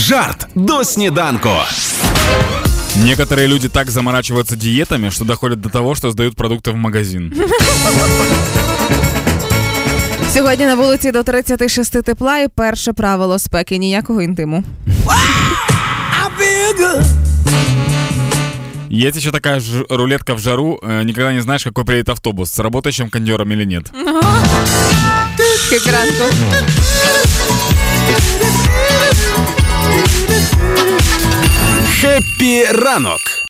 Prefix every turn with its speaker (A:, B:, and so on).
A: Жарт до сніданку.
B: Некоторые люди так заморачиваются диетами, что доходят до того, что сдают продукты в магазин.
C: Сьогодні на вулиці до 36 тепла і перше правило спеки ніякого інтиму.
B: Есть еще такая ж- рулетка в жару. э, Никогда не знаешь, какой приедет автобус, с работающим кондером или нет.
C: Кікранку.
A: Хеппі ранок